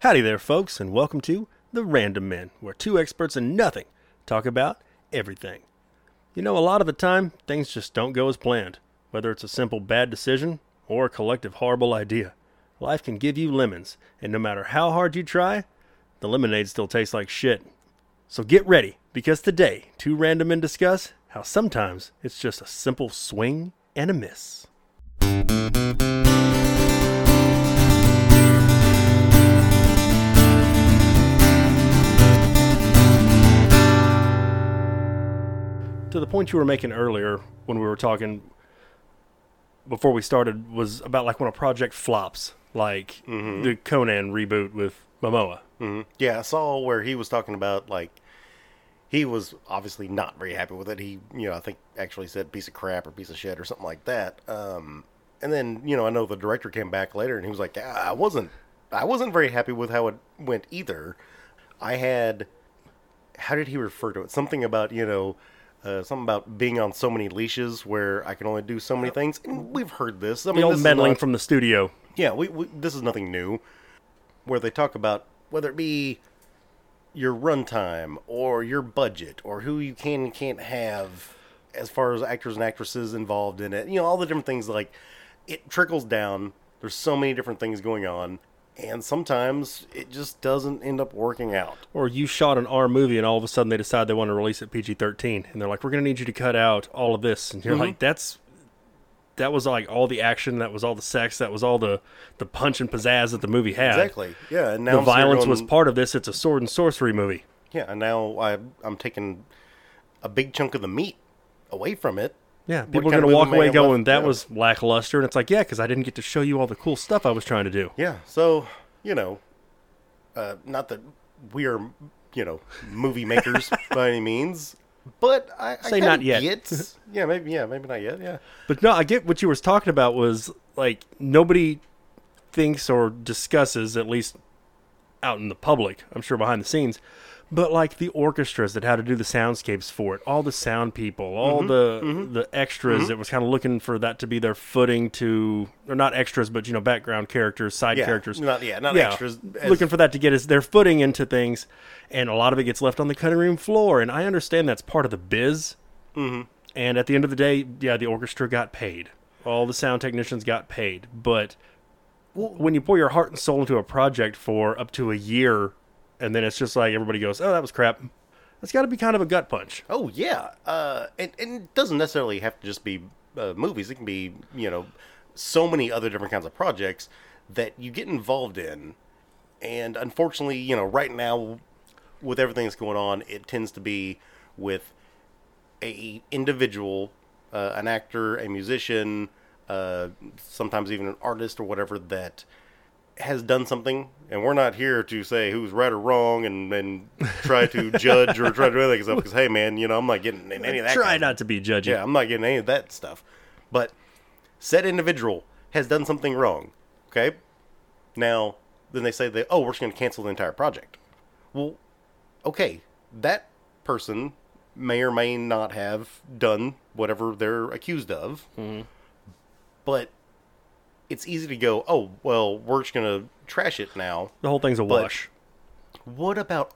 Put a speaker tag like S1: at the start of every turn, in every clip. S1: Howdy there, folks, and welcome to The Random Men, where two experts in nothing talk about everything. You know, a lot of the time, things just don't go as planned, whether it's a simple bad decision or a collective horrible idea. Life can give you lemons, and no matter how hard you try, the lemonade still tastes like shit. So get ready, because today, two random men discuss how sometimes it's just a simple swing and a miss. to the point you were making earlier when we were talking before we started was about like when a project flops, like
S2: Mm-hmm.
S1: the Conan reboot with Momoa.
S2: Yeah, I saw where he was talking about like he was obviously not very happy with it. He, you know, I think actually said piece of crap or piece of shit or something like that. Um, and then you know, I know the director came back later and he was like, "Yeah, I wasn't, I wasn't very happy with how it went either. I had, how did he refer to it? Something about you know." Uh, something about being on so many leashes where I can only do so many things. And we've heard this. I
S1: The
S2: mean,
S1: old
S2: this is
S1: meddling
S2: not-
S1: from the studio.
S2: yeah, we, we this is nothing new. Where they talk about whether it be your runtime or your budget or who you can and can't have as far as actors and actresses involved in it. You know, all the different things like it trickles down. There's so many different things going on and sometimes it just doesn't end up working out.
S1: Or you shot an R movie and all of a sudden they decide they want to release it PG 13 and they're like, we're going to need you to cut out all of this. And you're
S2: Mm-hmm.
S1: like, that's. That was like all the action. That was all the sex. That was all the, the punch and pizzazz that the movie had.
S2: Exactly. Yeah, and now
S1: The
S2: I'm sitting here
S1: violence was
S2: going-
S1: part of this. It's a sword and sorcery movie.
S2: Yeah, and now I I'm taking a big chunk of the meat away from it.
S1: Yeah,
S2: What
S1: people are going
S2: kind of
S1: to
S2: movie
S1: walk
S2: may
S1: away
S2: have left-
S1: going, that
S2: yeah.
S1: was lackluster. And it's like, yeah, because I didn't get to show you all the cool stuff I was trying to do.
S2: Yeah. So, you know, uh, not that we are, you know, movie makers by any means, but I, I
S1: Say not
S2: kinda
S1: yet.
S2: get- yeah, maybe. Yeah, maybe not yet. Yeah.
S1: But no, I get what you were talking about was like nobody thinks or discusses, at least out in the public, I'm sure behind the scenes, but like the orchestras that had to do the soundscapes for it, all the sound people, all
S2: Mm-hmm,
S1: the the extras that was kind of looking for that to be their footing to, or not extras, but you know, background characters, side
S2: Yeah.
S1: characters.
S2: Not yeah. Not extras. as-
S1: looking for that to get his, their footing into things, and a lot of it gets left on the cutting room floor. And I understand that's part of the biz. Mm-hmm. And at the end of the day, yeah, the orchestra got paid, all the sound technicians got paid. But when you pour your heart and soul into a project for up to a year, and then it's just like everybody goes, "Oh, that was crap." That's got to be kind of a gut punch.
S2: oh yeah. Uh, and, and it doesn't necessarily have to just be uh, movies. It can be you know so many other different kinds of projects that you get involved in, and unfortunately, you know, right now with everything that's going on, it tends to be with a individual, uh, an actor, a musician, uh, sometimes even an artist or whatever that has done something, and we're not here to say who's right or wrong and, and try to judge or try to do anything because hey man, you know I'm not getting in any of that.
S1: Try
S2: kind of-
S1: not to be judgy.
S2: yeah, I'm not getting any of that stuff. But said individual has done something wrong. Okay. Now, then they say that, oh, we're just going to cancel the entire project. Well, okay. That person may or may not have done whatever they're accused of. But it's easy to go, oh, well, we're just going to trash it now.
S1: The whole thing's a wash.
S2: What about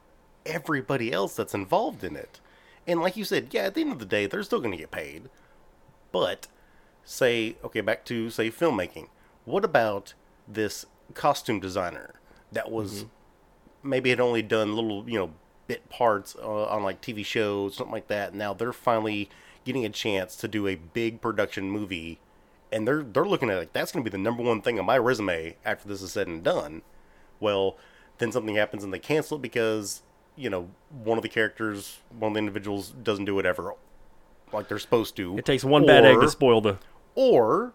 S2: everybody else that's involved in it? And like you said, yeah, at the end of the day, they're still going to get paid. But say, okay, back to say filmmaking. What about this costume designer that was
S1: Mm-hmm.
S2: maybe had only done little, you know, bit parts uh, on like TV shows, something like that. and Now they're finally getting a chance to do a big production movie, and they're they're looking at it like that's going to be the number one thing on my resume after this is said and done. Well, then something happens and they cancel it because you know one of the characters, one of the individuals doesn't do whatever like they're supposed to.
S1: It takes one bad egg
S2: Or-
S1: to spoil the.
S2: or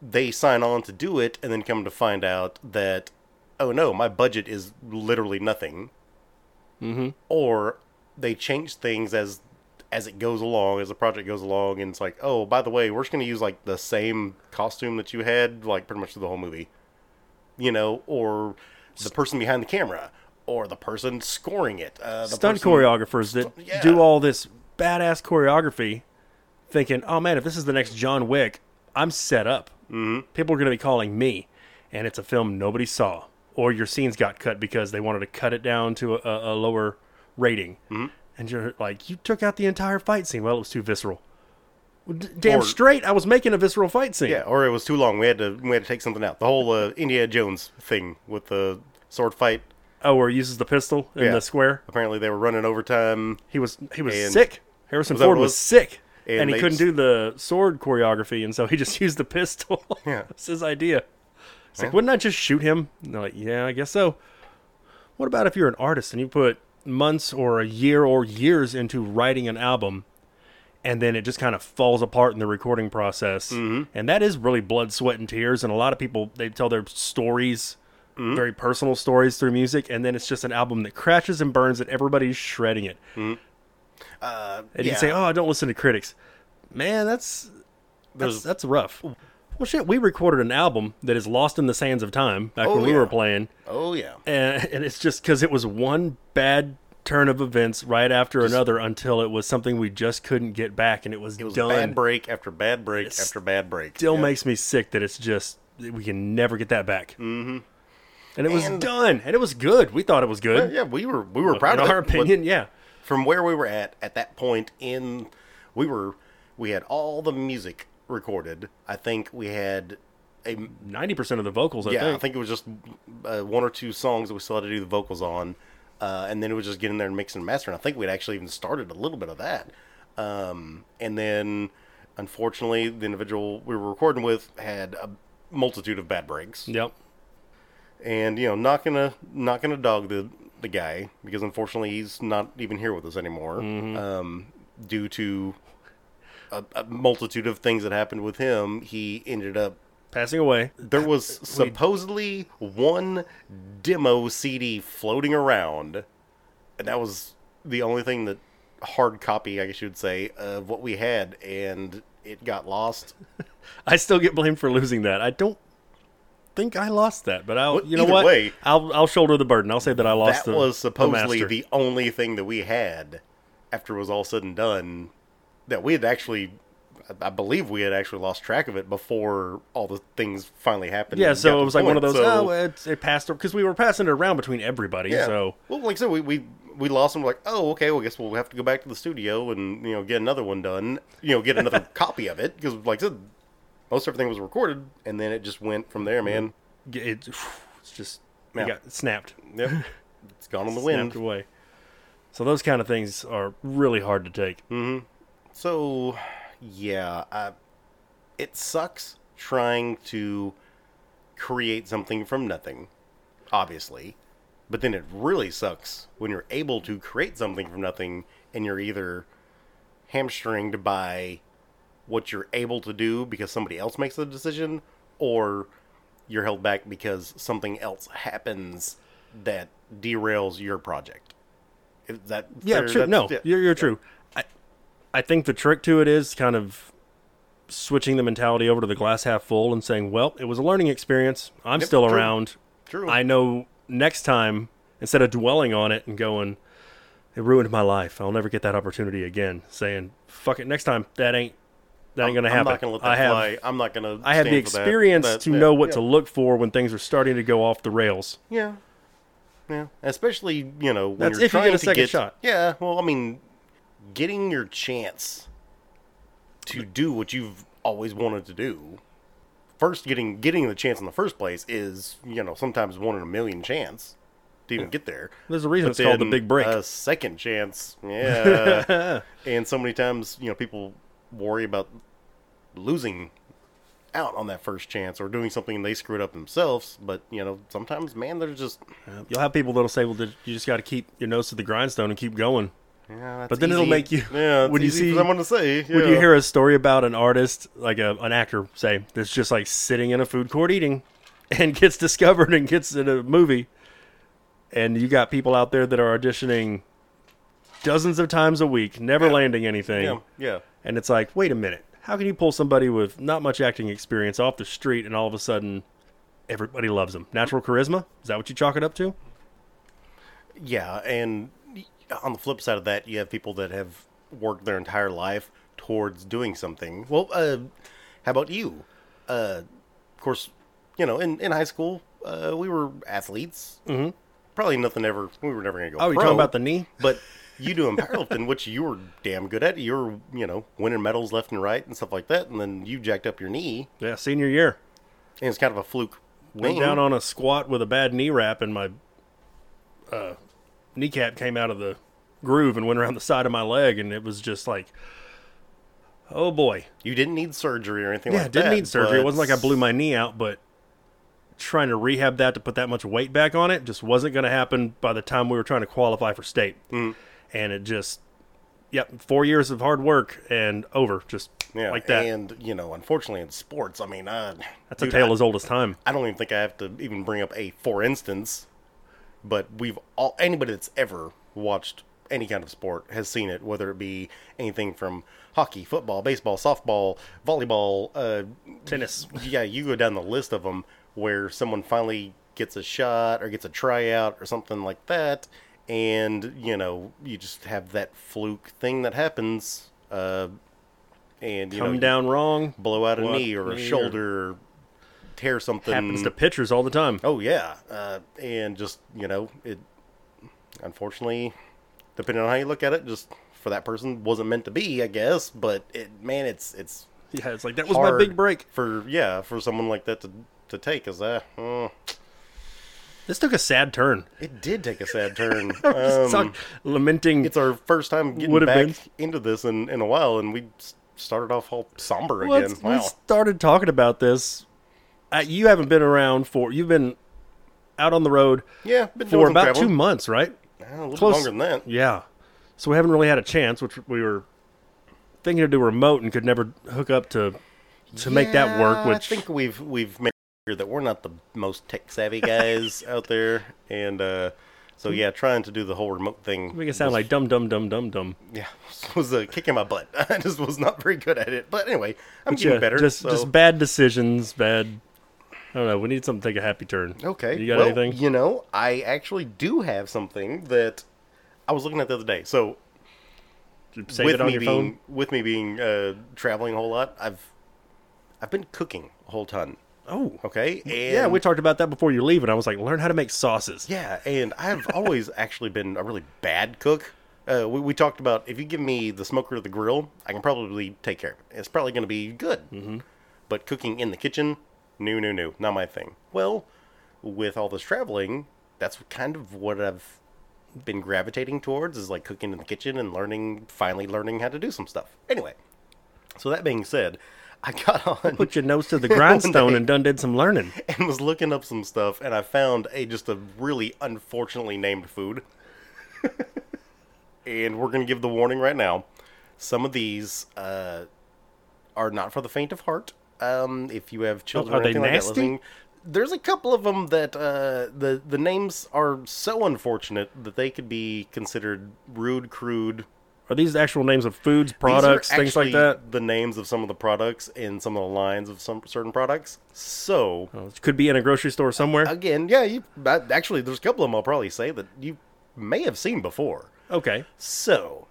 S2: they sign on to do it and then come to find out that oh no my budget is literally nothing mm-hmm. or they change things as as it goes along as the project goes along and it's like oh by the way we're just going to use like the same costume that you had like pretty much through the whole movie you know or the person behind the camera or the person scoring it uh, the
S1: stunt
S2: person-
S1: choreographers that
S2: yeah.
S1: do all this badass choreography, thinking, "Oh man, if this is the next John Wick, I'm set up. Mm-hmm. People are going to be calling me." And it's a film nobody saw, or your scenes got cut because they wanted to cut it down to a, a lower rating.
S2: Mm-hmm.
S1: And you're like, you took out the entire fight scene. Well, it was too visceral. Well, d- damn
S2: Or-
S1: straight, I was making a visceral fight scene.
S2: Yeah, or it was too long. We had to we had to take something out. The whole uh, Indiana Jones thing with the sword fight.
S1: Oh, where he uses the pistol in
S2: Yeah.
S1: the square.
S2: Apparently they were running overtime.
S1: He was he was
S2: And-
S1: sick. Harrison
S2: that what
S1: Ford
S2: it
S1: was
S2: was?
S1: sick, and,
S2: And
S1: he
S2: they
S1: couldn't
S2: just-
S1: do the sword choreography, and so he just used the pistol.
S2: Yeah.
S1: that's his idea. It's like, wouldn't I just shoot him? And they're like, yeah, I guess so. What about if you're an artist and you put months or a year or years into writing an album, and then it just kind of falls apart in the recording process,
S2: Mm-hmm.
S1: and that is really blood, sweat, and tears. And a lot of people they tell their stories.
S2: Mm-hmm.
S1: Very personal stories through music, and then it's just an album that crashes and burns, and everybody's shredding it.
S2: Mm-hmm.
S1: And you
S2: Yeah.
S1: say, "Oh, I don't listen to critics." Man, that's that's,
S2: There's-
S1: that's rough. Well, shit, we recorded an album that is lost in the sands of time back
S2: Oh,
S1: when we
S2: yeah.
S1: were playing,
S2: Oh yeah.
S1: and, and it's just because it was one bad turn of events right after another until it was something we just couldn't get back, and it was,
S2: It was
S1: done.
S2: bad break after bad break after bad break.
S1: Still
S2: Yeah.
S1: makes me sick that it's just that we can never get that back. Mm-hmm. And it was
S2: And-
S1: done, and it was good. We thought it was good.
S2: yeah, we were we were proud
S1: in
S2: of
S1: our
S2: it, but
S1: opinion, yeah.
S2: From where we were at at that point in we were we had all the music recorded. I think we had a
S1: Ninety percent of the vocals, I
S2: yeah,
S1: think.
S2: I think it was just uh, one or two songs that we still had to do the vocals on, uh, and then it was just getting there and mixing and mastering. I think we'd actually even started a little bit of that, um, and then unfortunately, the individual we were recording with had a multitude of bad breaks,
S1: Yep.
S2: and you know, not gonna not gonna dog the the guy because unfortunately he's not even here with us anymore, um, due to a, a multitude of things that happened with him. He ended up
S1: Passing away.
S2: there was supposedly one demo CD floating around, and that was the only thing that hard copy, I guess you would say, of what we had, and it got lost.
S1: I still get blamed for losing that. I don't think I lost that, but I'll
S2: Well,
S1: you know
S2: either
S1: what?
S2: way-
S1: I'll I'll shoulder the burden. I'll say that I lost.
S2: That
S1: the-
S2: was supposedly
S1: the,
S2: the,
S1: master.
S2: only thing that we had after it was all said and done that we had actually. I- I believe we had actually lost track of it before all the things finally happened.
S1: yeah.
S2: and got
S1: So
S2: to
S1: it
S2: the
S1: was like one of
S2: point,
S1: those.
S2: so-
S1: Oh, well, it's, it passed because we were passing it around between everybody. So
S2: well, like I said, we we we lost them. Like, oh, okay. Well, I guess we'll have to go back to the studio and you know get another one done. You know, get another copy of it because, like I said, most everything was recorded, and then it just went from there, man.
S1: g- it, it's just it
S2: Yeah.
S1: got snapped,
S2: Yep, it's gone on the
S1: snapped
S2: wind.
S1: away. So those kind of things are really hard to take.
S2: So, yeah, I, it sucks trying to create something from nothing, obviously. But then it really sucks when you're able to create something from nothing and you're either hamstringed by what you're able to do because somebody else makes the decision or you're held back because something else happens that derails your project. Is that
S1: Yeah,
S2: fair?
S1: true.
S2: That's-
S1: No,
S2: yeah.
S1: you're, you're true. I, I think the trick to it is kind of switching the mentality over to the glass half full and saying, well, it was a learning experience. I'm still
S2: true.
S1: around.
S2: True.
S1: I know next time, instead of dwelling on it and going, it ruined my life. I'll never get that opportunity again. Saying, fuck it, next time that ain't that ain't gonna
S2: I'm
S1: happen.
S2: not gonna let that
S1: I have
S2: fly. I'm not gonna.
S1: I have the
S2: stand for that.
S1: experience
S2: That-
S1: to
S2: yeah,
S1: know what
S2: yeah.
S1: to look for when things are starting to go off the rails.
S2: Yeah, yeah. Especially you know when
S1: That's
S2: you're
S1: if you
S2: trying
S1: get a
S2: to
S1: second
S2: get,
S1: shot.
S2: Yeah. Well, I mean, getting your chance to do what you've always wanted to do. First, getting getting the chance in the first place is you know sometimes one in a million chance to even get there.
S1: There's a reason
S2: But
S1: it's called the
S2: then
S1: big break.
S2: A second chance, yeah. and so many times, you know, people worry about losing out on that first chance or doing something they screwed up themselves. But you know, sometimes, man, there's just
S1: You'll have people that'll say, "Well, did- you just got to keep your nose to the grindstone and keep going."
S2: yeah. That's
S1: But then it'll
S2: easy.
S1: make you-
S2: yeah. It's
S1: when you
S2: easy
S1: see-
S2: for someone to say yeah.
S1: When you hear a story about an artist, like a, an actor, say, that's just like sitting in a food court eating and gets discovered and gets in a movie, and you got people out there that are auditioning dozens of times a week, never landing anything.
S2: yeah, yeah,
S1: And it's like, wait a minute. How can you pull somebody with not much acting experience off the street and all of a sudden everybody loves them? Natural charisma? Is that what you chalk it up to?
S2: yeah, and on the flip side of that, you have people that have worked their entire life towards doing something. Well, uh, how about you? Uh, of course, you know, in, in high school, uh, we were athletes. Mm-hmm. Probably nothing ever. We were never going to go.
S1: Oh, you're
S2: pro,
S1: talking about the knee?
S2: But you doing powerlifting, which you were damn good at. You were, you know, winning medals left and right and stuff like that. And then you jacked up your knee,
S1: Yeah, senior year.
S2: and it's kind of a fluke.
S1: Went
S2: thing.
S1: down on a squat with a bad knee wrap, and my uh, kneecap came out of the groove and went around the side of my leg, and it was just like, oh boy.
S2: You didn't need surgery or anything
S1: Yeah,
S2: like that.
S1: didn't need surgery. It
S2: but-
S1: wasn't like I blew my knee out, but trying to rehab that to put that much weight back on it just wasn't going to happen by the time we were trying to qualify for state.
S2: Mm.
S1: And it just, yep, four years of hard work and over, just
S2: Yeah,
S1: like that.
S2: And, you know, unfortunately in sports, I mean, uh,
S1: That's a
S2: dude,
S1: tale as old as time.
S2: I don't even think I have to even bring up a for instance, but we've all anybody that's ever watched any kind of sport has seen it, whether it be anything from hockey, football, baseball, softball, volleyball. Uh,
S1: Tennis.
S2: yeah, you go down the list of them where someone finally gets a shot or gets a tryout or something like that, and you know you just have that fluke thing that happens, uh, and you
S1: Come
S2: know
S1: down wrong.
S2: blow out a
S1: What?
S2: knee or a
S1: Knee or-
S2: shoulder, or tear something.
S1: Happens to pitchers all the time.
S2: Oh yeah, uh, and just you know, it unfortunately, depending on how you look at it, just for that person wasn't meant to be, I guess. But it, man, it's it's
S1: Yeah, it's like, that was my
S2: hard
S1: big break.
S2: for yeah for someone like that to to take is that uh,
S1: This took a sad turn.
S2: it did take a sad turn.
S1: Just
S2: um,
S1: talk- lamenting.
S2: it's our first time getting
S1: Would've
S2: back
S1: been.
S2: into this in, in a while, and we s- started off all somber
S1: Well,
S2: again.
S1: it's-
S2: Wow.
S1: We started talking about this. Uh, you haven't been around for, you've been out on the road
S2: Yeah, been doing
S1: for
S2: some
S1: about two
S2: traveling.
S1: months, right?
S2: Uh, a little
S1: close-
S2: longer than that.
S1: Yeah. So we haven't really had a chance, which we were thinking to do remote and could never hook up to to make that work.
S2: Yeah,
S1: Which
S2: I think we've we've made clear that we're not the most tech savvy guys out there, and uh, so yeah, trying to do the whole remote thing.
S1: make it sound like dumb, dumb, dumb, dumb, dumb.
S2: yeah, was a kick in my butt. I just was not very good at it. But anyway, I'm
S1: Yeah,
S2: getting better.
S1: just
S2: so.
S1: just bad decisions, bad. I don't know. We need something to take a happy turn.
S2: Okay.
S1: You got
S2: well,
S1: anything?
S2: You know, I actually do have something that I was looking at the other day. So
S1: Save
S2: with
S1: it on
S2: me
S1: your
S2: being
S1: phone.
S2: with me being uh, traveling a whole lot, I've I've been cooking a whole ton.
S1: Oh,
S2: Okay. And
S1: yeah. We talked about that before you leave, and I was like, learn how to make sauces.
S2: Yeah, and I've always actually been a really bad cook. Uh, we, we talked about if you give me the smoker or the grill, I can probably take care of it. It's probably going to be good. Mm-hmm. But cooking in the kitchen, no, no, no, not my thing. Well, with all this traveling, that's kind of what I've been gravitating towards is like cooking in the kitchen and learning, finally learning how to do some stuff. Anyway, so that being said, I got on
S1: Put your nose to the grindstone
S2: day.
S1: and done did some learning.
S2: and was looking up some stuff, and I found a just a really unfortunately named food. and we're gonna give the warning right now. Some of these uh, are not for the faint of heart. Um, if you have children,
S1: are
S2: or
S1: they
S2: anything
S1: nasty?
S2: Like that listening, there's a couple of them that uh, the the names are so unfortunate that they could be considered rude, crude,
S1: Are these actual names of foods,
S2: these are
S1: products, things like
S2: actually
S1: that?
S2: The names of some of the products and some of the lines of some certain products. So
S1: Oh, it could be in a grocery store somewhere.
S2: again, yeah, you I, actually there's a couple of them I'll probably say that you may have seen before.
S1: okay.
S2: So,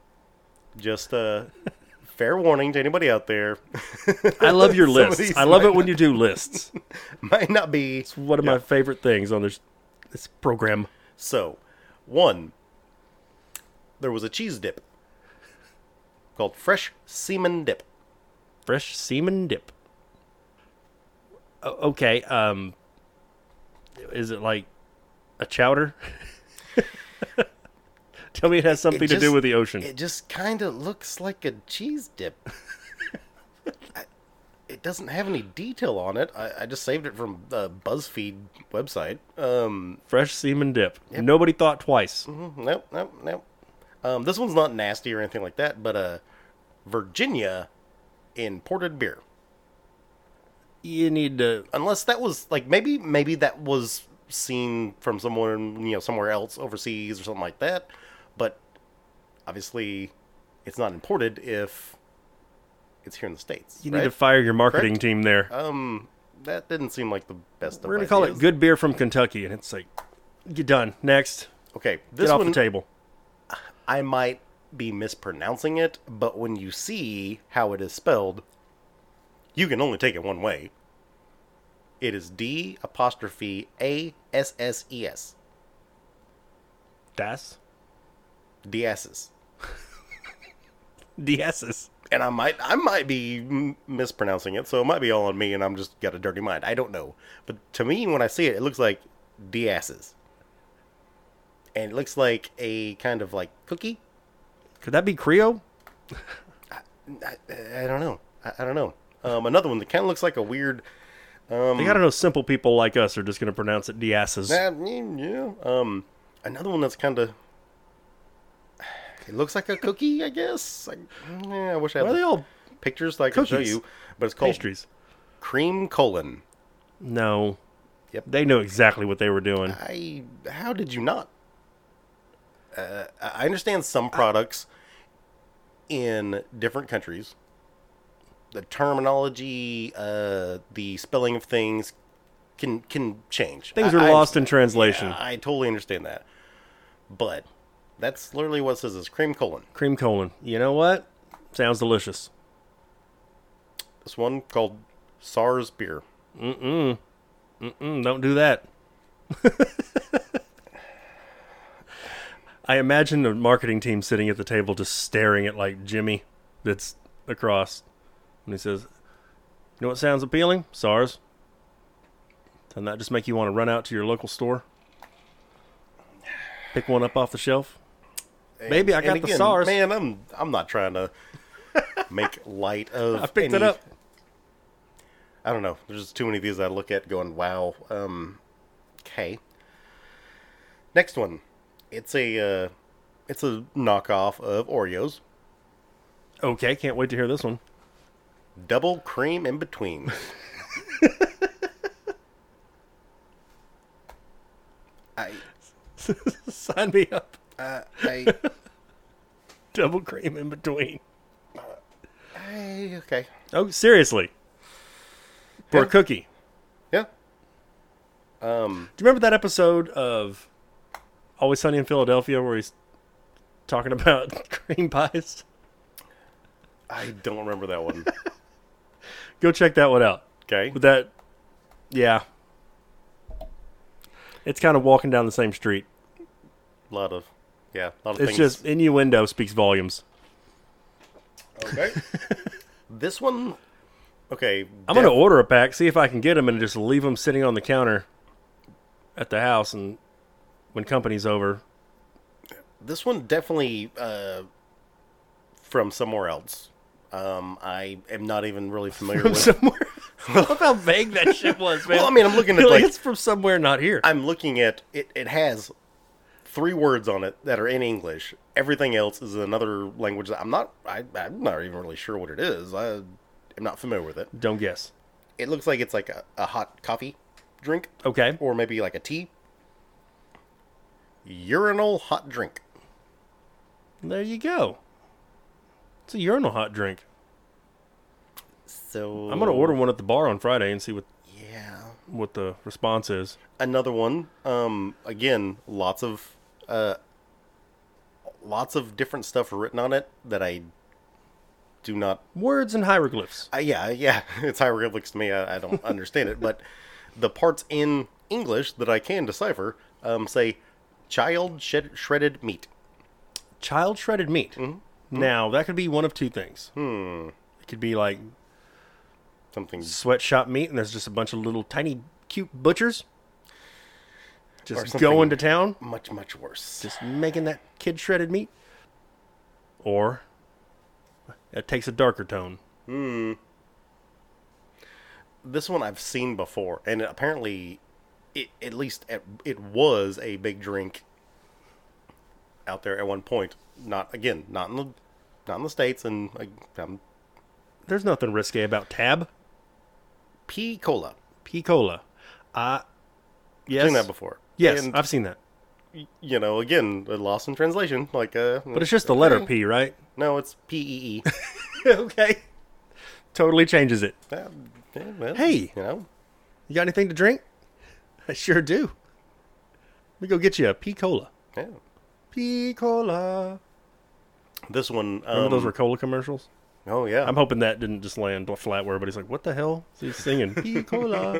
S2: just uh, fair warning to anybody out there,
S1: I love your
S2: Some of
S1: lists.
S2: these
S1: I love
S2: might
S1: it when you do lists.
S2: might not be
S1: It's one of my favorite things on this this program.
S2: so. One, there was a cheese dip called fresh semen dip.
S1: Fresh semen dip. O- okay. Um, is it like a chowder? Tell me it has something to
S2: just-
S1: do with the ocean.
S2: It just kind of looks like a cheese dip. I- it doesn't have any detail on it. I, I just saved it from the BuzzFeed website. Um,
S1: Fresh semen dip. Nobody thought twice.
S2: Mm, Nope, nope, nope. Um, this one's not nasty or anything like that, but uh, Virginia imported beer.
S1: You need to.
S2: Unless that was like maybe maybe that was seen from someone you know somewhere else overseas or something like that, but obviously it's not imported if it's here in the states.
S1: You need
S2: right?
S1: to fire your marketing team there.
S2: um, that didn't seem like the best.
S1: We're
S2: of
S1: gonna call it
S2: ideas.
S1: good beer from Kentucky, and it's like, get done. Next,
S2: Okay, this
S1: get off
S2: one
S1: the table.
S2: I might be mispronouncing it, but when you see how it is spelled, you can only take it one way. It is D apostrophe A S S E S.
S1: Das?
S2: Diasis.
S1: DS's.
S2: and I might I might be m- mispronouncing it, so it might be all on me, and I'm just got a dirty mind. I don't know, but to me, when I see it, it looks like Dias's, and it looks like a kind of like cookie.
S1: Could that be Creo?
S2: I, I I don't know. I, I don't know. Um, another one that kind of looks like a weird.
S1: They gotta know simple people like us are just gonna pronounce it Dias's.
S2: Um, Nah, mm, yeah. Um, another one that's kind of. It looks like a cookie, I guess. Like, yeah, I wish I had
S1: Why are they
S2: the
S1: all
S2: pictures that I could show
S1: cookies?
S2: you, but it's called
S1: pastries?
S2: cream colon.
S1: No.
S2: Yep.
S1: They know exactly what they were doing.
S2: I how did you not? Uh, I I understand some products in different countries, the terminology, uh, the spelling of things can can change.
S1: Things
S2: I-
S1: are
S2: I
S1: lost in
S2: understand-
S1: translation.
S2: I totally understand that, but that's literally what it says is cream colon.
S1: Cream colon. You know what? Sounds delicious.
S2: This one called SARS beer.
S1: Mm, don't do that. I imagine the marketing team sitting at the table just staring at like Jimmy that's across. And he says, You know what sounds appealing? SARS. Doesn't that just make you want to run out to your local store? Pick one up off the shelf? Maybe I
S2: And
S1: got the
S2: again,
S1: SARS.
S2: Man, I'm I'm not trying to make light of.
S1: I picked it
S2: any-
S1: up.
S2: I don't know. There's just too many of these I look at going, wow. Um, okay. Next one. It's a uh, it's a knockoff of Oreos.
S1: Okay, can't wait to hear this one.
S2: Double cream in between. I
S1: Sign me up.
S2: uh, I,
S1: Double cream in between.
S2: I okay.
S1: Oh, seriously. For a
S2: Yeah.
S1: cookie.
S2: Yeah.
S1: Do you remember that episode of Always Sunny in Philadelphia where he's talking about cream pies?
S2: I don't remember that one.
S1: Go check that one out.
S2: Okay.
S1: With that, yeah, it's kind of walking down the same street.
S2: A lot of yeah, a lot of
S1: It's
S2: things.
S1: just innuendo speaks volumes.
S2: Okay. this one okay.
S1: I'm gonna order a pack, see if I can get them, and just leave them sitting on the counter at the house, and when company's over,
S2: this one definitely uh, from somewhere else. Um, I am not even really familiar
S1: from
S2: with.
S1: somewhere. Look how vague that shit was, man.
S2: Well, I mean, I'm looking at,
S1: You're
S2: like-
S1: it's from somewhere not here.
S2: I'm looking at it. It has three words on it that are in English. Everything else is another language that I'm not. I, I'm not even really sure what it is. I am not familiar with it.
S1: Don't guess.
S2: It looks like it's like a, a hot coffee drink,
S1: Okay.
S2: or maybe like a tea. Urinal hot drink.
S1: There you go. It's a urinal hot drink.
S2: So
S1: I'm gonna order one at the bar on Friday and see what
S2: Yeah.
S1: what the response is.
S2: another one um again lots of uh lots of different stuff written on it that i do not
S1: Words and hieroglyphs.
S2: I yeah yeah it's hieroglyphics to me i, I don't understand it but the parts in english that i can decipher um say child shed- shredded meat
S1: Child shredded meat.
S2: Mm-hmm.
S1: Now that could be one of two things. Hmm. It could be like
S2: something
S1: sweatshop meat, and there's just a bunch of little tiny cute butchers
S2: Or
S1: just
S2: something.
S1: going to town,
S2: much much worse
S1: just making that kid shredded meat. Or it takes a darker tone.
S2: this one I've seen before, and apparently, it at least at, it was a big drink out there at one point. Not again, not in the not in the states, and like, um,
S1: There's nothing risque about tab.
S2: P cola.
S1: P cola. I yes.
S2: Seen that before?
S1: Yes,
S2: and,
S1: I've seen that.
S2: you know, again, lost in translation. Like, uh,
S1: But it's just the letter P, right?
S2: no, it's P E E.
S1: okay. Totally changes it.
S2: Uh, yeah, well,
S1: Hey.
S2: you know,
S1: You got anything to drink? I sure do. Let me go get you a P cola.
S2: yeah.
S1: P cola.
S2: This one, um,
S1: Remember those were cola commercials?
S2: Oh yeah.
S1: I'm hoping that didn't just land flat where everybody's like, what the hell is he singing? Piccola.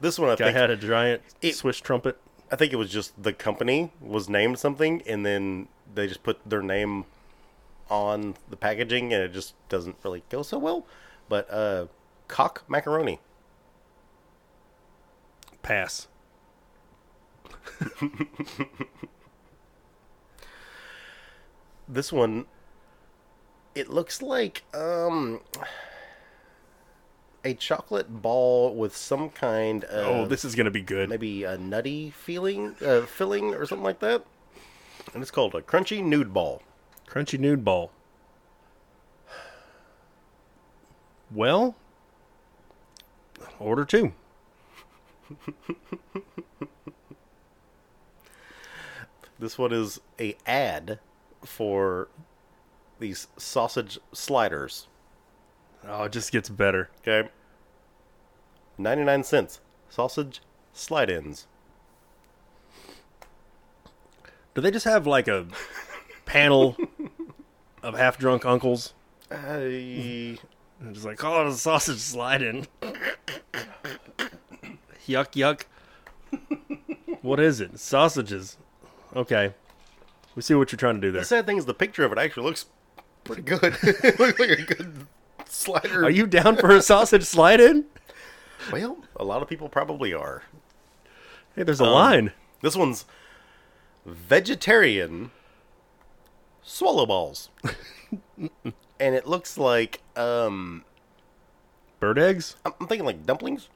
S2: this one I
S1: Guy
S2: think
S1: had a giant
S2: It-
S1: Swiss trumpet.
S2: I think it was just the company was named something, and then they just put their name on the packaging, and it just doesn't really go so well. But uh, cock macaroni.
S1: Pass.
S2: This one, it looks like um a chocolate ball with some kind
S1: Oh,
S2: of
S1: this is going to be good.
S2: Um, maybe a nutty feeling uh, filling or something like that, and it's called a crunchy nude ball.
S1: Crunchy Nude Ball. Well, order two.
S2: This one is a ad for these sausage sliders.
S1: Oh, it just gets better.
S2: Okay. 99 cents. Sausage slide ins.
S1: Do they just have like a panel of half drunk uncles?
S2: I,
S1: And just like, oh, the sausage sliding. yuck, yuck. what is it? Sausages. Okay. We see what you're trying to do there.
S2: the sad thing is, the picture of it actually looks pretty good. it looks like a good slider.
S1: Are you down for a sausage slide in?
S2: Well, a lot of people probably are.
S1: Hey, there's a line.
S2: This one's vegetarian swallow balls. and it looks like, um,
S1: Bird eggs?
S2: I'm I'm thinking like dumplings.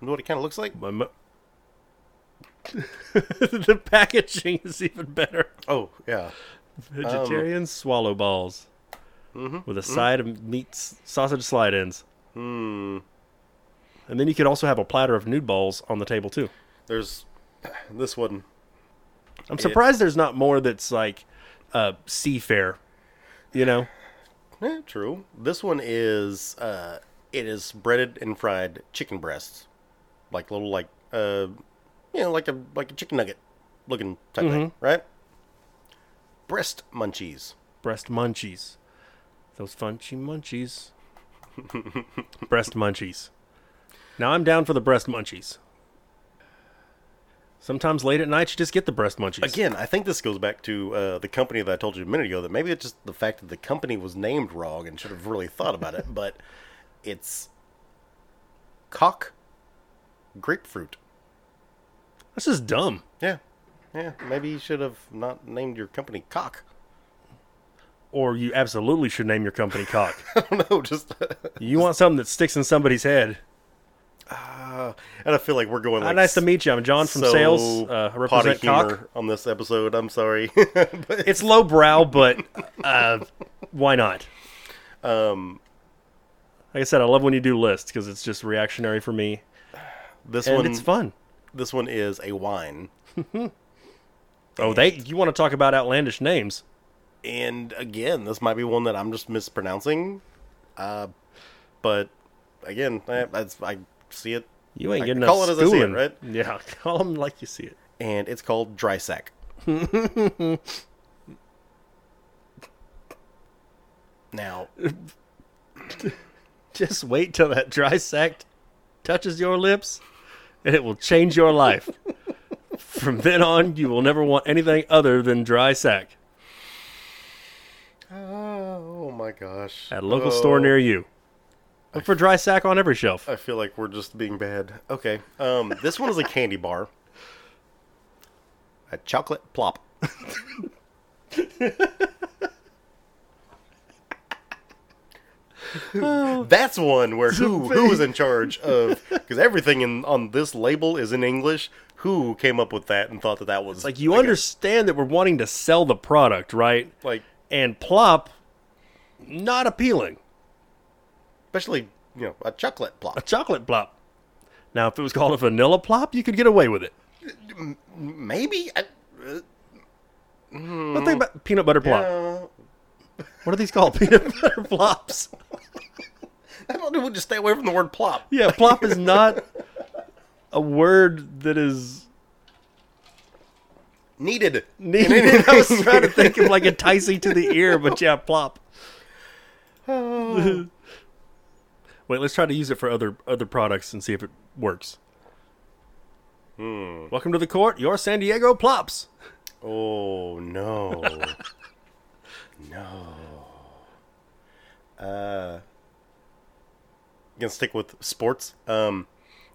S2: You know what it kind of looks like?
S1: My mo- the packaging is even better.
S2: Oh, yeah.
S1: Vegetarian swallow balls with a side of meat s- sausage slide ins. Hmm. And then you could also have a platter of nude balls on the table too.
S2: There's this one.
S1: I'm surprised there's not more that's like uh, seafare. You know,
S2: Eh, true. This one is uh it is breaded and fried chicken breasts. Like little like uh you know, like a like a chicken nugget looking type thing, right? Breast munchies.
S1: breast munchies. Those funchy munchies. breast munchies. Now I'm down for the breast munchies. Sometimes late at night you just get the breast munchies.
S2: Again, I think this goes back to uh, the company that I told you a minute ago that maybe it's just the fact that the company was named wrong and should have really thought about it, but it's cock grapefruit.
S1: This is dumb.
S2: Yeah. Yeah. Maybe you should have not named your company cock.
S1: Or you absolutely should name your company cock.
S2: I don't know. Just.
S1: you want something that sticks in somebody's head.
S2: uh, and I feel like we're going
S1: Ah,
S2: like.
S1: nice to meet you. I'm John from Sales. Uh, I represent
S2: potty
S1: cock.
S2: humor on this episode. I'm sorry.
S1: It's lowbrow, but uh, why not?
S2: um,
S1: Like I said, I love when you do lists because it's just reactionary for me,
S2: this
S1: and
S2: one.
S1: it's fun.
S2: This one is a wine,
S1: Oh, they you want to talk about outlandish names?
S2: and again, this might be one that I'm just mispronouncing. Uh, but again, I, that's, I see it,
S1: You ain't
S2: I
S1: getting
S2: call
S1: enough
S2: it as I see it,
S1: schooling,
S2: right?
S1: Yeah, call them like you see it.
S2: and it's called dry sack. now,
S1: Just wait till that dry sack touches your lips, and it will change your life. From then on, you will never want anything other than dry sack
S2: oh my gosh, Oh,
S1: at a local store near you. Look for dry sack on every shelf.
S2: I feel like we're just being bad. Okay. Um, this one is a candy bar. A chocolate plop. That's one where who who was in charge of because everything in on this label is in English. Who came up with that and thought that that was
S1: Like you understand that we're wanting to sell the product, right?
S2: like
S1: And plop, not appealing.
S2: especially you know a chocolate
S1: A
S2: plop
S1: chocolate plop. Now, if it was called a vanilla plop, you could get away with it.
S2: maybe I,
S1: But think about peanut butter plop.
S2: uh,
S1: What are these called? Peanut butter plops.
S2: I don't know. Just stay away from the word plop.
S1: Yeah, plop is not a word that is
S2: needed.
S1: Needed.
S2: And then I was trying to think.
S1: Think of like a enticing to the ear, but yeah, plop. Wait, let's try to use it for other other products and see if it works. Welcome to the court. Your San Diego plops.
S2: Oh no. no. Uh gonna stick with sports. Um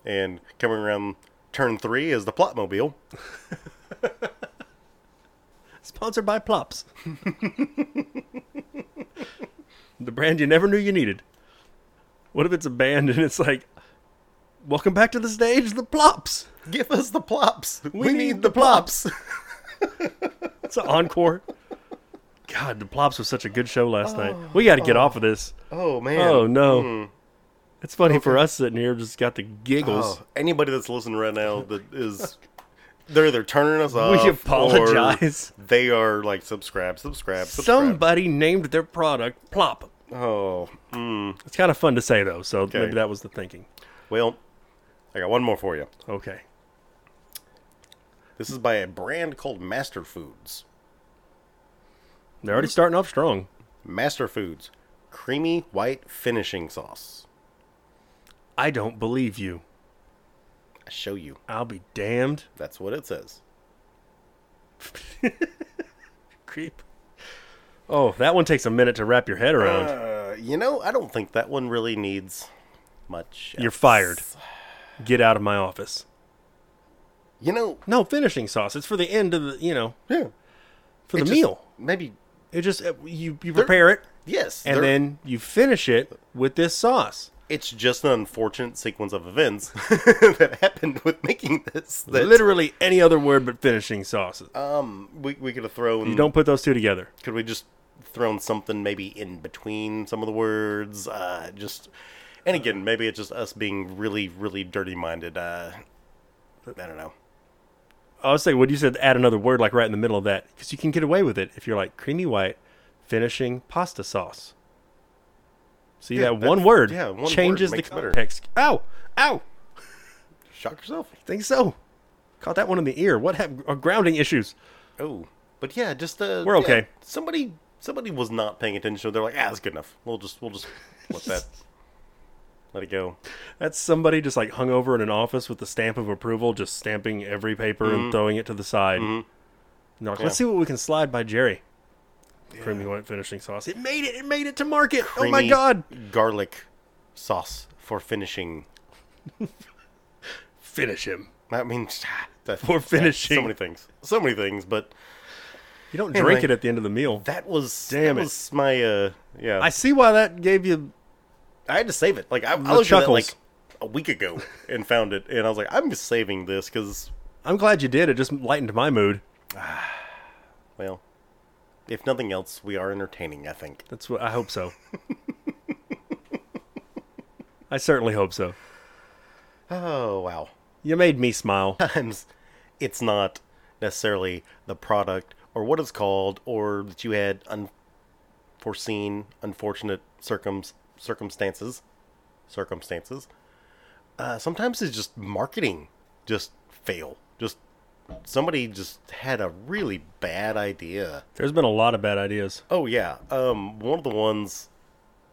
S2: and coming around turn three is the plot mobile.
S1: Sponsored by Plops. the brand you never knew you needed. What if it's a band and it's like, Welcome back to the stage, the Plops.
S2: Give us the plops. We, need,
S1: need
S2: the
S1: the
S2: plops.
S1: It's an encore. God, the Plops was such a good show last night. We got to get off of this.
S2: Oh Hmm. man.
S1: Oh no. It's funny for us sitting here just got the giggles.
S2: Oh, anybody that's listening right now that is they're either turning us off or
S1: apologize.
S2: They are like subscribe, subscribe, subscribe.
S1: Somebody named their product Plop.
S2: oh. Mm.
S1: It's kind of fun to say though, so
S2: Okay.
S1: maybe that was the thinking.
S2: Well, I got one more for you.
S1: Okay.
S2: This is by a brand called Master Foods.
S1: They're already starting off strong.
S2: Master Foods creamy white finishing sauce.
S1: I don't believe you.
S2: I show you.
S1: I'll be damned.
S2: That's what it says.
S1: Creep. Oh, that one takes a minute to wrap your head around.
S2: Uh, you know, I don't think that one really needs much.
S1: You're
S2: else.
S1: fired. Get out of my office.
S2: You know,
S1: No, finishing sauce. It's for the end of the, you know,
S2: yeah,
S1: for the
S2: it just-
S1: meal.
S2: Maybe
S1: It just uh, you you prepare it
S2: yes,
S1: and
S2: there-
S1: then you finish it with this sauce.
S2: it's just an unfortunate sequence of events that happened with making this. That
S1: Literally any other word but finishing sauces.
S2: um, we we could have thrown.
S1: you don't put those two together.
S2: Could we just thrown something maybe in between some of the words? Uh, just and again, maybe it's just us being really, really dirty minded. Uh, I don't know.
S1: I was saying, what you said, add another word like right in the middle of that because you can get away with it if you're like creamy white finishing pasta sauce. See
S2: Yeah,
S1: that
S2: that's-
S1: one word
S2: yeah, one word
S1: changes
S2: makes it
S1: the
S2: better.
S1: context. Ow, ow!
S2: Shock yourself.
S1: Think so? Caught that one in the ear. What have uh, grounding issues?
S2: Oh, but yeah, just uh,
S1: We're
S2: yeah,
S1: okay.
S2: somebody, somebody was not paying attention. They're like, ah, it's good enough. We'll just, we'll just let that, let it go.
S1: That's somebody just like hung over in an office with the stamp of approval, just stamping every paper
S2: Mm-hmm.
S1: and throwing it to the side. And they're like, Let's see what we can slide by Jerry. Creamy white finishing sauce. It made it. It made it to market. oh my
S2: Creamy
S1: god!
S2: garlic sauce for finishing.
S1: Finish him.
S2: I mean, ah, that,
S1: For
S2: so
S1: finishing.
S2: many things, so many things. But
S1: You don't
S2: Anyway.
S1: drink it at the end of the meal.
S2: that was
S1: Damn
S2: that
S1: it.
S2: was my uh, yeah.
S1: I see why that gave you.
S2: I had to save it. Like I, I
S1: The
S2: looked at it
S1: chuckles.
S2: like a week ago and found it, and I was like, I'm just saving this because,
S1: I'm glad you did. It just lightened my mood.
S2: well, if nothing else, we are entertaining. I think.
S1: That's what I hope so. I certainly hope so.
S2: Oh wow.
S1: You made me smile.
S2: Sometimes it's not necessarily the product or what it's called or that you had unforeseen, unfortunate circums circumstances, circumstances. Uh, sometimes it's just marketing just fail. Just somebody just had a really bad idea.
S1: There's been a lot of bad ideas.
S2: Oh yeah. Um, one of the ones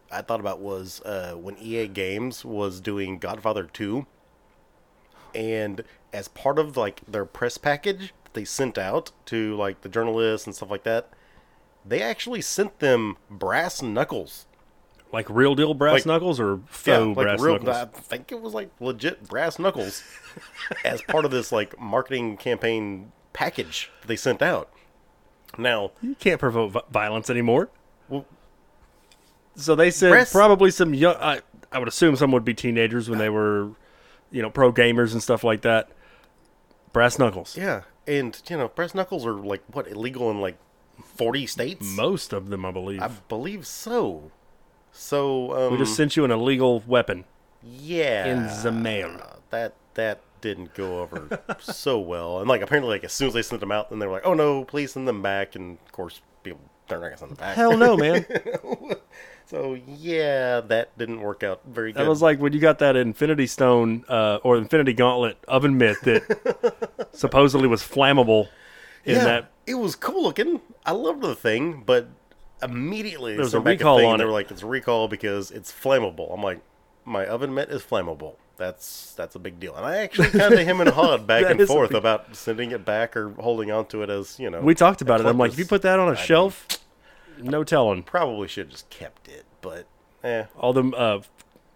S2: I thought about was uh, when EA Games was doing Godfather Two, and as part of like their press package they sent out to like the journalists and stuff like that, they actually sent them brass knuckles. Oh,
S1: Like real deal brass
S2: Like-
S1: knuckles or faux brass knuckles?
S2: I think it was like legit brass knuckles as part of this like marketing campaign package they sent out. Now,
S1: You can't provoke vi- violence anymore.
S2: Well-
S1: so they said
S2: Brass-
S1: probably some young. I, I would assume some would be teenagers when they were, you know, pro gamers and stuff like that. Brass knuckles.
S2: Yeah, and you know, brass knuckles are like what illegal in like forty states.
S1: Most of them, I believe.
S2: I believe so. So um,
S1: we just sent you an illegal weapon
S2: yeah,
S1: in the mail.
S2: uh, that that didn't go over so well, and like apparently, like as soon as they sent them out, then they were like, "Oh no, please send them back," and of course, people they're not gonna send them back.
S1: Hell no, man.
S2: so yeah, that didn't work out very good.
S1: That was like when you got that Infinity Stone uh, or Infinity Gauntlet oven mitt that supposedly was flammable in
S2: yeah,
S1: that
S2: it was cool looking. I loved the thing, but immediately
S1: There was
S2: they
S1: a
S2: sent back
S1: recall
S2: thing and
S1: on
S2: They
S1: it.
S2: were like, "It's a recall because it's flammable." I'm like, "My oven mitt is flammable. That's that's a big deal." And I actually kind of him and hawed back
S1: That
S2: and
S1: is a
S2: forth
S1: big-
S2: about sending it back or holding on to it as you know.
S1: we talked about
S2: a
S1: it. I'm like,
S2: clunkus.
S1: if you put that on a shelf, no telling.
S2: probably should have just kept it, but eh.
S1: All them uh,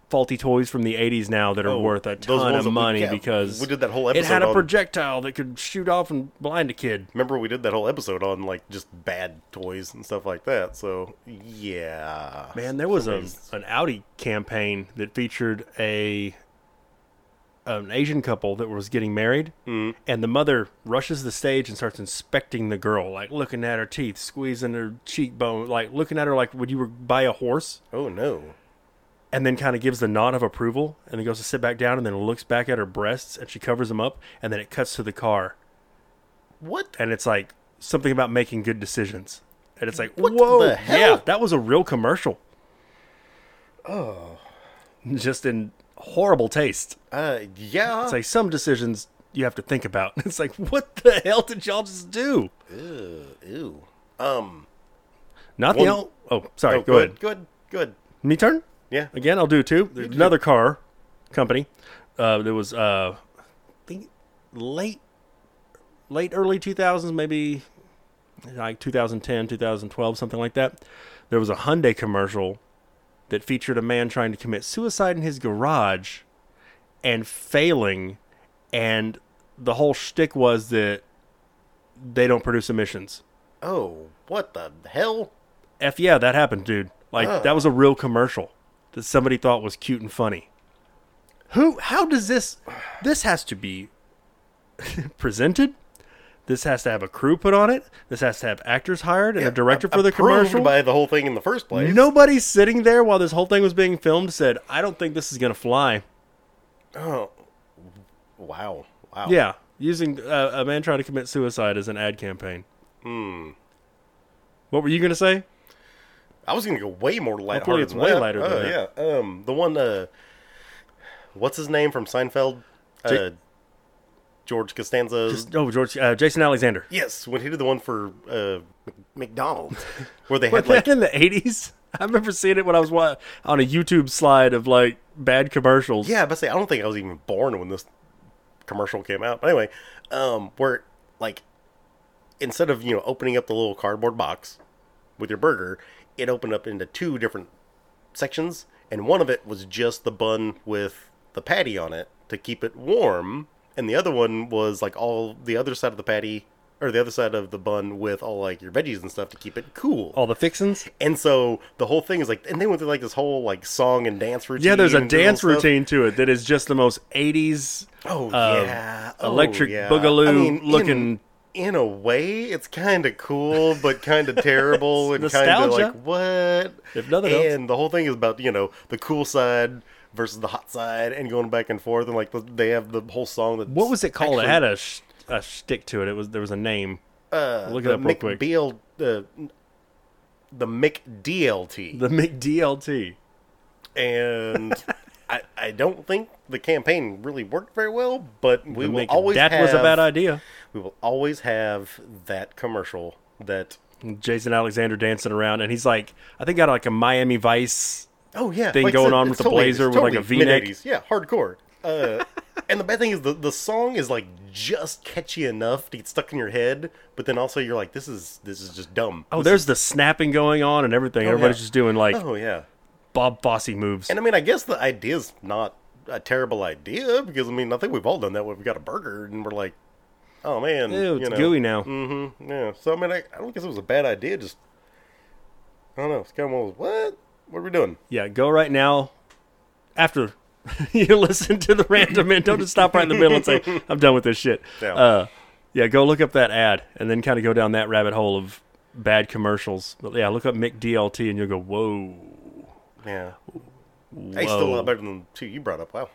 S1: faulty toys from the '80s now that are worth a
S2: Oh, those
S1: ton
S2: ones
S1: of
S2: that we-
S1: money
S2: yeah,
S1: because
S2: we did that whole
S1: It had
S2: episode
S1: a
S2: on-
S1: projectile that could shoot off and blind a kid.
S2: Remember we did that whole episode on like just bad toys and stuff like that. So yeah,
S1: Man, there was a,
S2: Somebody's-
S1: an Audi campaign that featured a an Asian couple that was getting married, and the mother rushes the stage and starts inspecting the girl, like looking at her teeth, squeezing her cheekbone, like looking at her like would you were buy a horse,
S2: Oh no.
S1: and then kind of gives the nod of approval, and then goes to sit back down, and then looks back at her breasts, and she covers them up, and then it cuts to the car,
S2: What?
S1: and it's like something about making good decisions, and it's like
S2: What
S1: whoa,
S2: the hell?
S1: yeah, that was a real commercial. Oh, just in horrible taste.
S2: Uh, yeah.
S1: It's like some decisions you have to think about. It's like what the hell did y'all just do?
S2: Ew, ew. Um.
S1: Not the
S2: One-
S1: el- oh, sorry.
S2: oh,
S1: go ahead.
S2: Good. Good.
S1: Me turn.
S2: Yeah.
S1: Again, I'll do two. There's another car company. Uh, there was uh, I think late, late early 2000s, maybe like 2010, 2012, something like that. There was a Hyundai commercial that featured a man trying to commit suicide in his garage and failing, and the whole shtick was that they don't produce emissions.
S2: Oh, what the hell?
S1: F yeah, that happened, dude. Like that was a real commercial that somebody thought was cute and funny. Who how does this this has to be presented? This has to have a crew put on it. This has to have actors hired and a director for the
S2: Approved
S1: commercial.
S2: by the whole thing in the first place.
S1: Nobody sitting there while this whole thing was being filmed said, "I don't think this is going to fly."
S2: Oh. Wow. Wow.
S1: Mm-hmm. Yeah, using uh, a man trying to commit suicide as an ad campaign. Hmm. What were you going to say?
S2: I was gonna go way more light.
S1: Hopefully it's way lighter than that.
S2: Yeah. Um. The one. Uh. What's his name from Seinfeld?
S1: Ja-
S2: uh. George Costanza.
S1: Just, oh, George, uh, Jason Alexander.
S2: yes, when he did the one for uh, McDonald's, where they
S1: But
S2: had like
S1: that in the eighties, I remember seeing it when I was wa- on a YouTube slide of like bad commercials.
S2: Yeah, but say I don't think I was even born when this commercial came out. But anyway, um, where like instead of you know opening up the little cardboard box with your burger, it opened up into two different sections, and one of it was just the bun with the patty on it to keep it warm, and the other one was like all the other side of the patty or the other side of the bun with all like your veggies and stuff to keep it cool.
S1: all the fixins.
S2: And so the whole thing is like, and they went through like this whole like song and dance routine.
S1: Yeah, there's a
S2: and doing all
S1: dance
S2: stuff.
S1: routine to it that is just the most eighties.
S2: Oh
S1: uh,
S2: yeah, Oh,
S1: electric
S2: yeah.
S1: boogaloo
S2: in-
S1: looking-
S2: In, a way, it's kind of cool, but kind of terrible, and kind of
S1: nostalgia.
S2: like what?
S1: If nothing else.
S2: and the whole thing is about you know the cool side versus the hot side, and going back and forth, and like the, they have the whole song that
S1: What was it called? it had a sh- a shtick to it. It was there was a name.
S2: uh,
S1: look it
S2: the
S1: up real quick.
S2: McBL, uh, the McDLT.
S1: The McDLT.
S2: and I, I don't think the campaign really worked very well. But we
S1: The
S2: will
S1: Mc-
S2: always
S1: that was a
S2: have-
S1: bad idea.
S2: We will always have that commercial that.
S1: Jason Alexander dancing around, and he's like, I think got like a Miami Vice.
S2: Oh yeah,
S1: Thing
S2: I
S1: going
S2: said,
S1: on
S2: it's
S1: with the blazer
S2: it's
S1: with, like, a V-neck.
S2: mid-eighties. Yeah, hardcore. Uh, and the bad thing is the the song is like just catchy enough to get stuck in your head, but then also you're like, this is this is just dumb.
S1: Oh, there's the snapping going on and everything. Everybody's
S2: yeah.
S1: just doing like
S2: oh yeah.
S1: Bob Fosse moves.
S2: And I mean, I guess the idea's not a terrible idea because I mean, I think we've all done that when we've got a burger and we're like, oh man,
S1: Ew, it's
S2: you know,
S1: gooey now.
S2: Mm-hmm. Yeah. So I mean, I, I don't guess it was a bad idea. Just I don't know. It's kind of one of those, what? What are we doing?
S1: Yeah, go right now after you listen to the random and don't just stop right in the middle and say, I'm done with this shit.
S2: Yeah.
S1: Uh, yeah, go look up that ad and then kind of go down that rabbit hole of bad commercials. But yeah, look up McDLT and you'll go, whoa.
S2: Yeah. Hey, still a lot better than the two you brought up. Wow.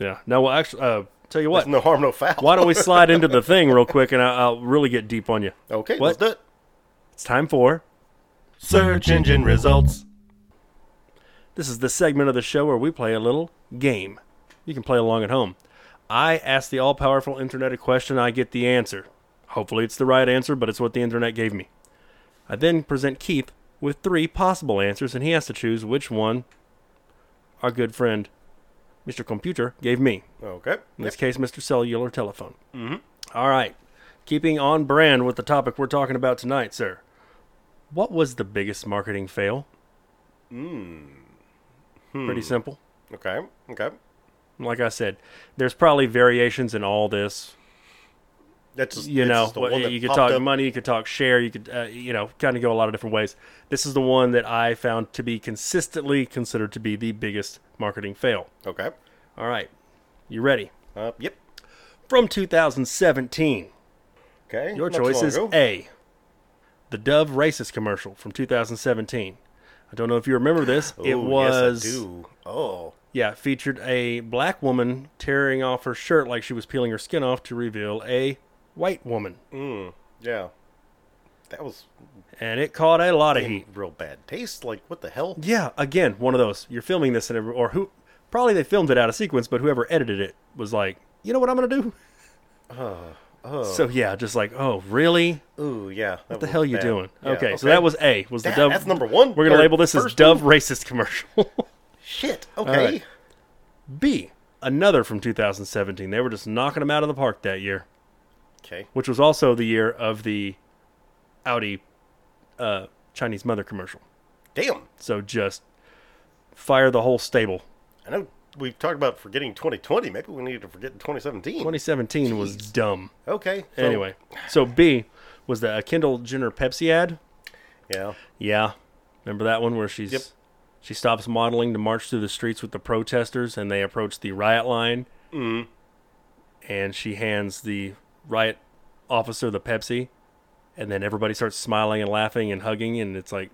S1: Yeah. No, well, actually, uh, tell you what,
S2: No harm, no foul.
S1: why don't we slide into the thing real quick and I- I'll really get deep on you.
S2: Okay,
S1: What?
S2: let's do it.
S1: It's time for
S2: Search engine results.
S1: This is the segment of the show where we play a little game. You can play along at home. I ask the all powerful internet a question, I get the answer. Hopefully, it's the right answer, but it's what the internet gave me. I then present Keith with three possible answers, and he has to choose which one our good friend, Mr. Computer, gave me.
S2: Okay.
S1: In this case, Mr. Cellular Telephone. Mm-hmm. right. Keeping on brand with the topic we're talking about tonight, sir. What was the biggest marketing fail?
S2: Mm-hmm.
S1: Mm. Pretty simple.
S2: Okay. Okay.
S1: Like I said, there's probably variations in all this.
S2: That's just
S1: You
S2: it's
S1: know,
S2: just the
S1: what-
S2: one that
S1: you could
S2: popped
S1: talk
S2: up.
S1: money, you could talk share, you could, uh, you know, kind of go a lot of different ways. This is the one that I found to be consistently considered to be the biggest marketing fail.
S2: Okay.
S1: All right. You ready?
S2: Uh, yep.
S1: From 2017.
S2: Okay.
S1: Your
S2: not too
S1: choice
S2: long
S1: is
S2: ago.
S1: A. The Dove racist commercial from 2017. I don't know if you remember this. it
S2: Ooh,
S1: was
S2: Oh, Yes, I do. Oh.
S1: yeah, featured a black woman tearing off her shirt like she was peeling her skin off to reveal a white woman,
S2: Yeah. That was
S1: and it caught a lot of
S2: in
S1: heat.
S2: real bad taste. Like, what the hell?
S1: Yeah, again, one of those. You're filming this, and every, or who? Probably they filmed it out of sequence, but whoever edited it was like, you know what I'm gonna do.
S2: Uh,
S1: So yeah, just like, oh really?
S2: Ooh, yeah. What
S1: the hell you doing? Okay, so
S2: okay.
S1: that was A. Was the
S2: That-
S1: Dove?
S2: that's number one?
S1: We're gonna
S2: Or
S1: label this as
S2: first
S1: Dove racist commercial.
S2: Shit.
S1: right.
S2: Okay.
S1: B. Another from 2017. They were just knocking them out of the park that year,
S2: Okay.
S1: which was also the year of the Audi uh, Chinese mother commercial.
S2: Damn.
S1: So just fire the whole stable.
S2: I know we've talked about forgetting 2020. Maybe we need to forget 2017.
S1: 2017 was dumb.
S2: Okay. so-
S1: Anyway, so B was the Kendall Jenner Pepsi ad.
S2: Yeah.
S1: Yeah, remember that one where she's she stops modeling to march through the streets with the protesters, and they approach the riot line, and she hands the riot officer the Pepsi, and then everybody starts smiling and laughing and hugging, and it's like,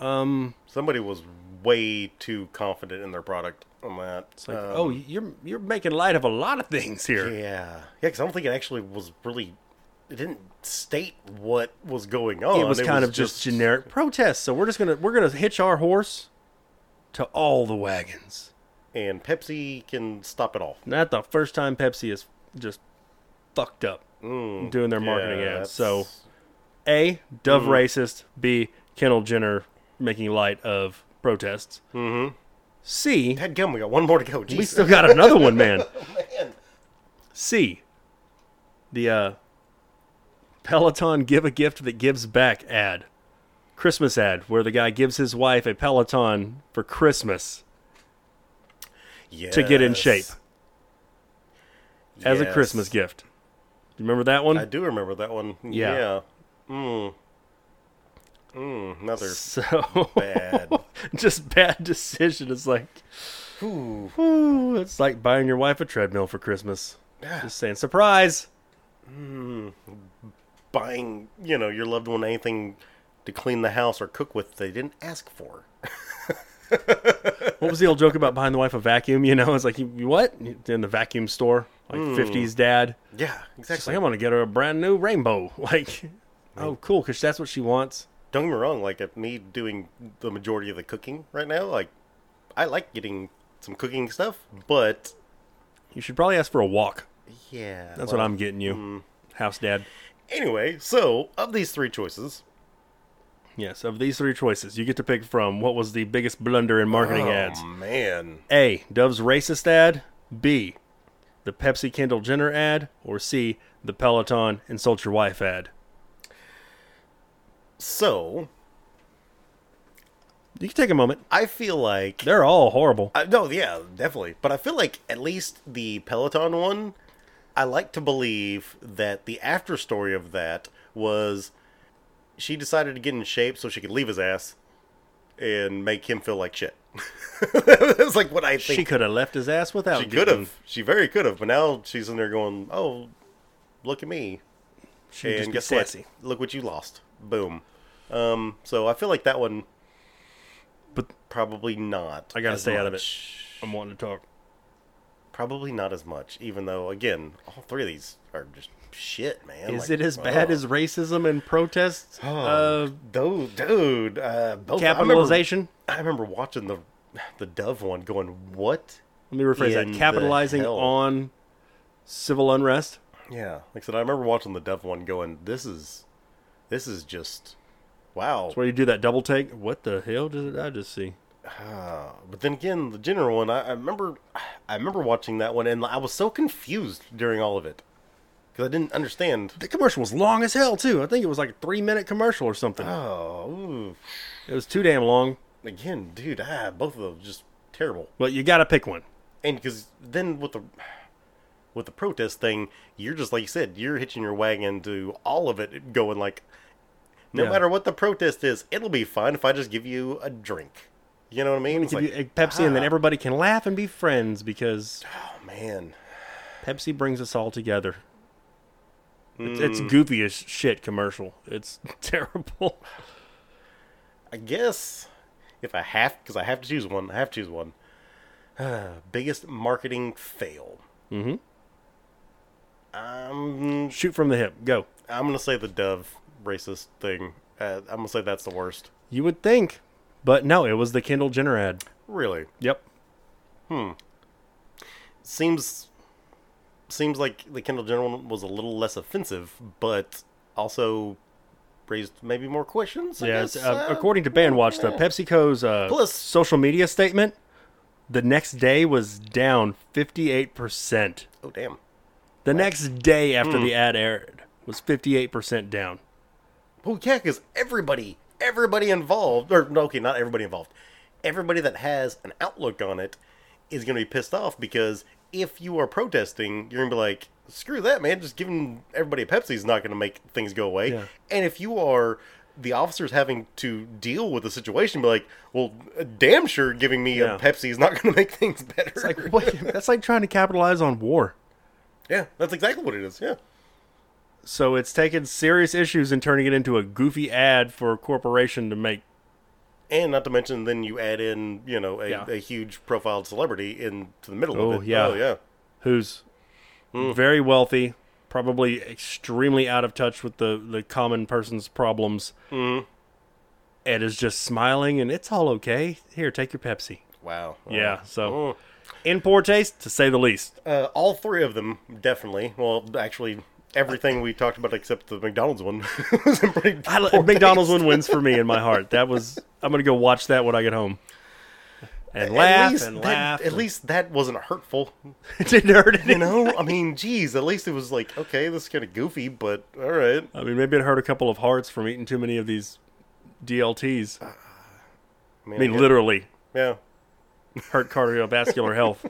S2: Somebody was way too confident in their product on that. Uh,
S1: it's like, oh, you're you're making light of a lot of things here.
S2: Um, Yeah. Yeah, because I don't think it actually was really. It didn't state what Oh, was going on.
S1: it was kind of just, generic protests. So we're just gonna we're gonna hitch our horse to all the wagons.
S2: And Pepsi can stop it all.
S1: Not the first time Pepsi is just fucked up doing their marketing
S2: Yeah,
S1: ads. So
S2: that's-
S1: A, Dove
S2: Mm-hmm.
S1: racist. B, Kendall Jenner making light of protests. Mm-hmm. C,
S2: Head gum, we got one more to go.
S1: we
S2: Jesus.
S1: still got another one, man.
S2: Man.
S1: C, the uh, Peloton give a gift that gives back ad. Christmas ad where the guy gives his wife a Peloton for Christmas to get in
S2: Yes.
S1: shape as a
S2: Yes.
S1: Christmas gift. You remember that one?
S2: I do remember that one.
S1: Yeah.
S2: Yeah. Mm. Mm, another
S1: so
S2: bad.
S1: just bad decision. It's like,
S2: Ooh.
S1: ooh, it's like buying your wife a treadmill for Christmas. Just saying, surprise.
S2: Buying, you know, your loved one anything to clean the house or cook with they didn't ask for.
S1: What was the old joke about buying the wife a vacuum? You know, it's like, you, you what? In the vacuum store, like 50s dad.
S2: Yeah,
S1: It's
S2: Hmm. exactly.
S1: like, I'm going to get her a brand new rainbow. Like, oh, cool, because that's what she wants.
S2: Don't get me wrong, like at me doing the majority of the cooking right now, like I like getting some cooking stuff, but
S1: You should probably ask for a walk.
S2: yeah.
S1: That's
S2: well, hmm.
S1: what I'm getting you. House dad.
S2: Anyway, so of these three choices,
S1: Yes, of these three choices, you get to pick from what was the biggest blunder in marketing
S2: oh
S1: ads.
S2: man,
S1: A. Dove's racist ad. B. The Pepsi Kendall Jenner ad. Or C. The Peloton insult your wife ad.
S2: so
S1: You can take a moment.
S2: I feel like
S1: They're all horrible.
S2: I, no, yeah, definitely. But I feel like at least the Peloton one, I like to believe that the after story of that was she decided to get in shape so she could leave his ass and make him feel like shit. That's like what I think.
S1: She could have left his ass without.
S2: She could
S1: getting-
S2: have. She very could have. But now she's in there going, "Oh, look at me!"
S1: She'd just
S2: and
S1: be
S2: guess what?
S1: sassy.
S2: Look what you lost. Boom. Um. So I feel like that one,
S1: But
S2: probably not.
S1: I gotta
S2: as
S1: stay out of it.
S2: much.
S1: I'm wanting to talk.
S2: Probably not as much. Even though, again, all three of these are just shit, man.
S1: Is
S2: Like,
S1: it as bad
S2: oh.
S1: as racism and protests? Uh,
S2: dude? Dude, uh, both, I remember-
S1: capitalization.
S2: I remember, watching the the Dove one, going, "What?"
S1: Let me rephrase
S2: in
S1: that.
S2: the
S1: Capitalizing
S2: hell?
S1: on civil unrest.
S2: Yeah, like I said, I remember watching the Dev one, going, "This is, this is just, wow."
S1: It's where you do that double take. What the hell did I just see?
S2: Uh, but then again, the general one, I, I remember, I remember watching that one, and I was so confused during all of it because I didn't understand.
S1: The commercial was long as hell too. I think it was like a three minute commercial or something.
S2: Oh, ooh.
S1: It was too damn long.
S2: again, dude, ah, both of those just terrible.
S1: But you gotta pick one.
S2: And because then with the with the protest thing, you're just like you said, you're hitching your wagon to all of it, going like, no
S1: Yeah.
S2: matter what the protest is, it'll be fine if I just give you a drink. You know what I mean? It's
S1: Give
S2: like,
S1: you a Pepsi, and then everybody can laugh and be friends because
S2: oh man,
S1: Pepsi brings us all together. It's, it's goofy as shit commercial. It's terrible.
S2: I guess if I have, because I have to choose one, I have to choose one. Biggest marketing fail. Mm-hmm. Um,
S1: Shoot from the hip. Go.
S2: I'm gonna say the Dove racist thing. Uh, I'm gonna say that's the worst.
S1: You would think, but no, it was the Kendall Jenner ad.
S2: Really,
S1: Yep.
S2: seems seems like the Kendall Jenner one was a little less offensive, but also raised maybe more questions. I
S1: Yes.
S2: guess?
S1: Uh,
S2: Uh,
S1: according to Bandwatch, though, PepsiCo's uh,
S2: Plus-
S1: social media statement the next day was down 58%.
S2: oh damn.
S1: The next day after the ad aired was 58% down.
S2: Well, yeah, because everybody, everybody involved, or no, okay, not everybody involved, everybody that has an outlook on it is going to be pissed off because if you are protesting, you're going to be like, screw that, man. Just giving everybody a Pepsi is not going to make things go away.
S1: Yeah.
S2: And if you are the officers having to deal with the situation, be like, well, damn sure giving me
S1: Yeah.
S2: a Pepsi is not going to make things better.
S1: Like, what? That's like trying to capitalize on war.
S2: yeah, that's exactly what it is. Yeah.
S1: So it's taking serious issues and turning it into a goofy ad for a corporation to make.
S2: And not to mention, then you add in, you know, a,
S1: Yeah.
S2: a huge profiled celebrity into the middle
S1: Oh,
S2: of it.
S1: yeah.
S2: Oh, yeah.
S1: who's
S2: Hmm.
S1: very wealthy, probably extremely out of touch with the, the common person's problems,
S2: Mm-hmm.
S1: and is just smiling and it's all okay. Here, take your Pepsi.
S2: Wow.
S1: Yeah, so
S2: Oh.
S1: in poor taste, to say the least.
S2: Uh, all three of them, definitely. Well, actually, everything we talked about except the McDonald's one was in pretty
S1: I,
S2: poor
S1: McDonald's
S2: taste.
S1: one wins for me in my heart. That was I'm gonna go watch that when I get home. And laugh and
S2: that,
S1: laugh.
S2: At least that wasn't hurtful.
S1: it didn't hurt any.
S2: You know, I mean, geez, at least it was like, okay, this is kind of goofy, but all right.
S1: I mean, maybe it hurt a couple of hearts from eating too many of these DLTs. I mean,
S2: Uh, yeah,
S1: literally,
S2: yeah.
S1: hurt cardiovascular health.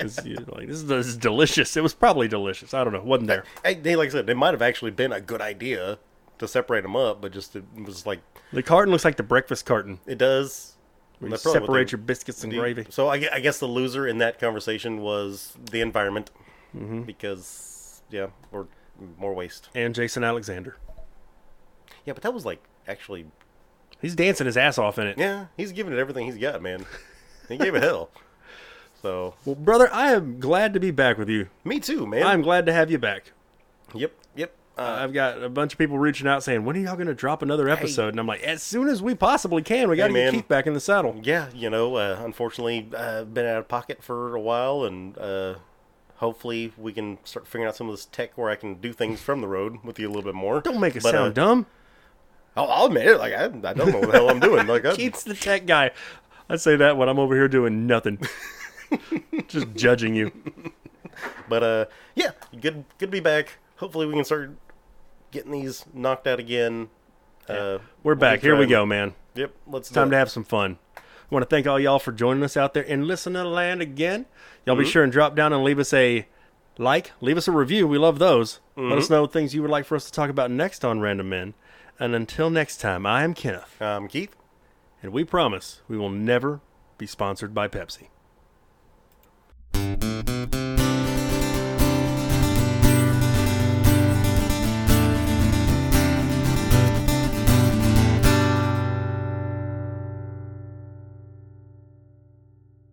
S1: 'Cause you're like, this is, this is delicious. It was probably delicious. I don't know. Wasn't there?
S2: I, they, like I said, it might have actually been a good idea to separate them up, but just it was like
S1: The carton looks like the breakfast carton.
S2: it does.
S1: Where you
S2: that's probably what
S1: separate
S2: they-
S1: your biscuits and
S2: The-
S1: gravy.
S2: So I, gue- I guess the loser in that conversation was the environment,
S1: Mm-hmm.
S2: because yeah, or more waste.
S1: And Jason Alexander.
S2: Yeah, but that was like actually,
S1: He's dancing his ass off in it.
S2: yeah, he's giving it everything he's got, man. He gave it hell. So
S1: Well, brother, I am glad to be back with you.
S2: me too, man.
S1: I'm glad to have you back.
S2: yep, yep. Uh,
S1: I've got a bunch of people reaching out saying, "When are y'all going to drop another episode?" And I'm like, "As soon as we possibly can. We got to get
S2: man.
S1: Keith back in the saddle."
S2: yeah, you know, uh, unfortunately, uh, been out of pocket for a while, and uh, hopefully we can start figuring out some of this tech where I can do things from the road with you a little bit more.
S1: Don't make it
S2: But, uh,
S1: sound dumb.
S2: I'll, I'll admit it. Like I, I don't know what the hell I'm doing. Like I,
S1: Keith's the tech guy. I say that when I'm over here doing nothing, just judging you.
S2: But uh, yeah, good good to be back. Hopefully we can start getting these knocked out again. Uh,
S1: We're
S2: we'll be
S1: back. Here we
S2: trying-
S1: go, man.
S2: Yep, let's do
S1: Time
S2: it.
S1: to have some fun. I want to thank all y'all for joining us out there in listener land again. Y'all
S2: Mm-hmm.
S1: be sure and drop down and leave us a like, leave us a review. We love those. Let
S2: Mm-hmm.
S1: us know things you would like for us to talk about next on Random Men. And until next time, I am Kenneth,
S2: Um, Keith.
S1: and we promise we will never be sponsored by Pepsi.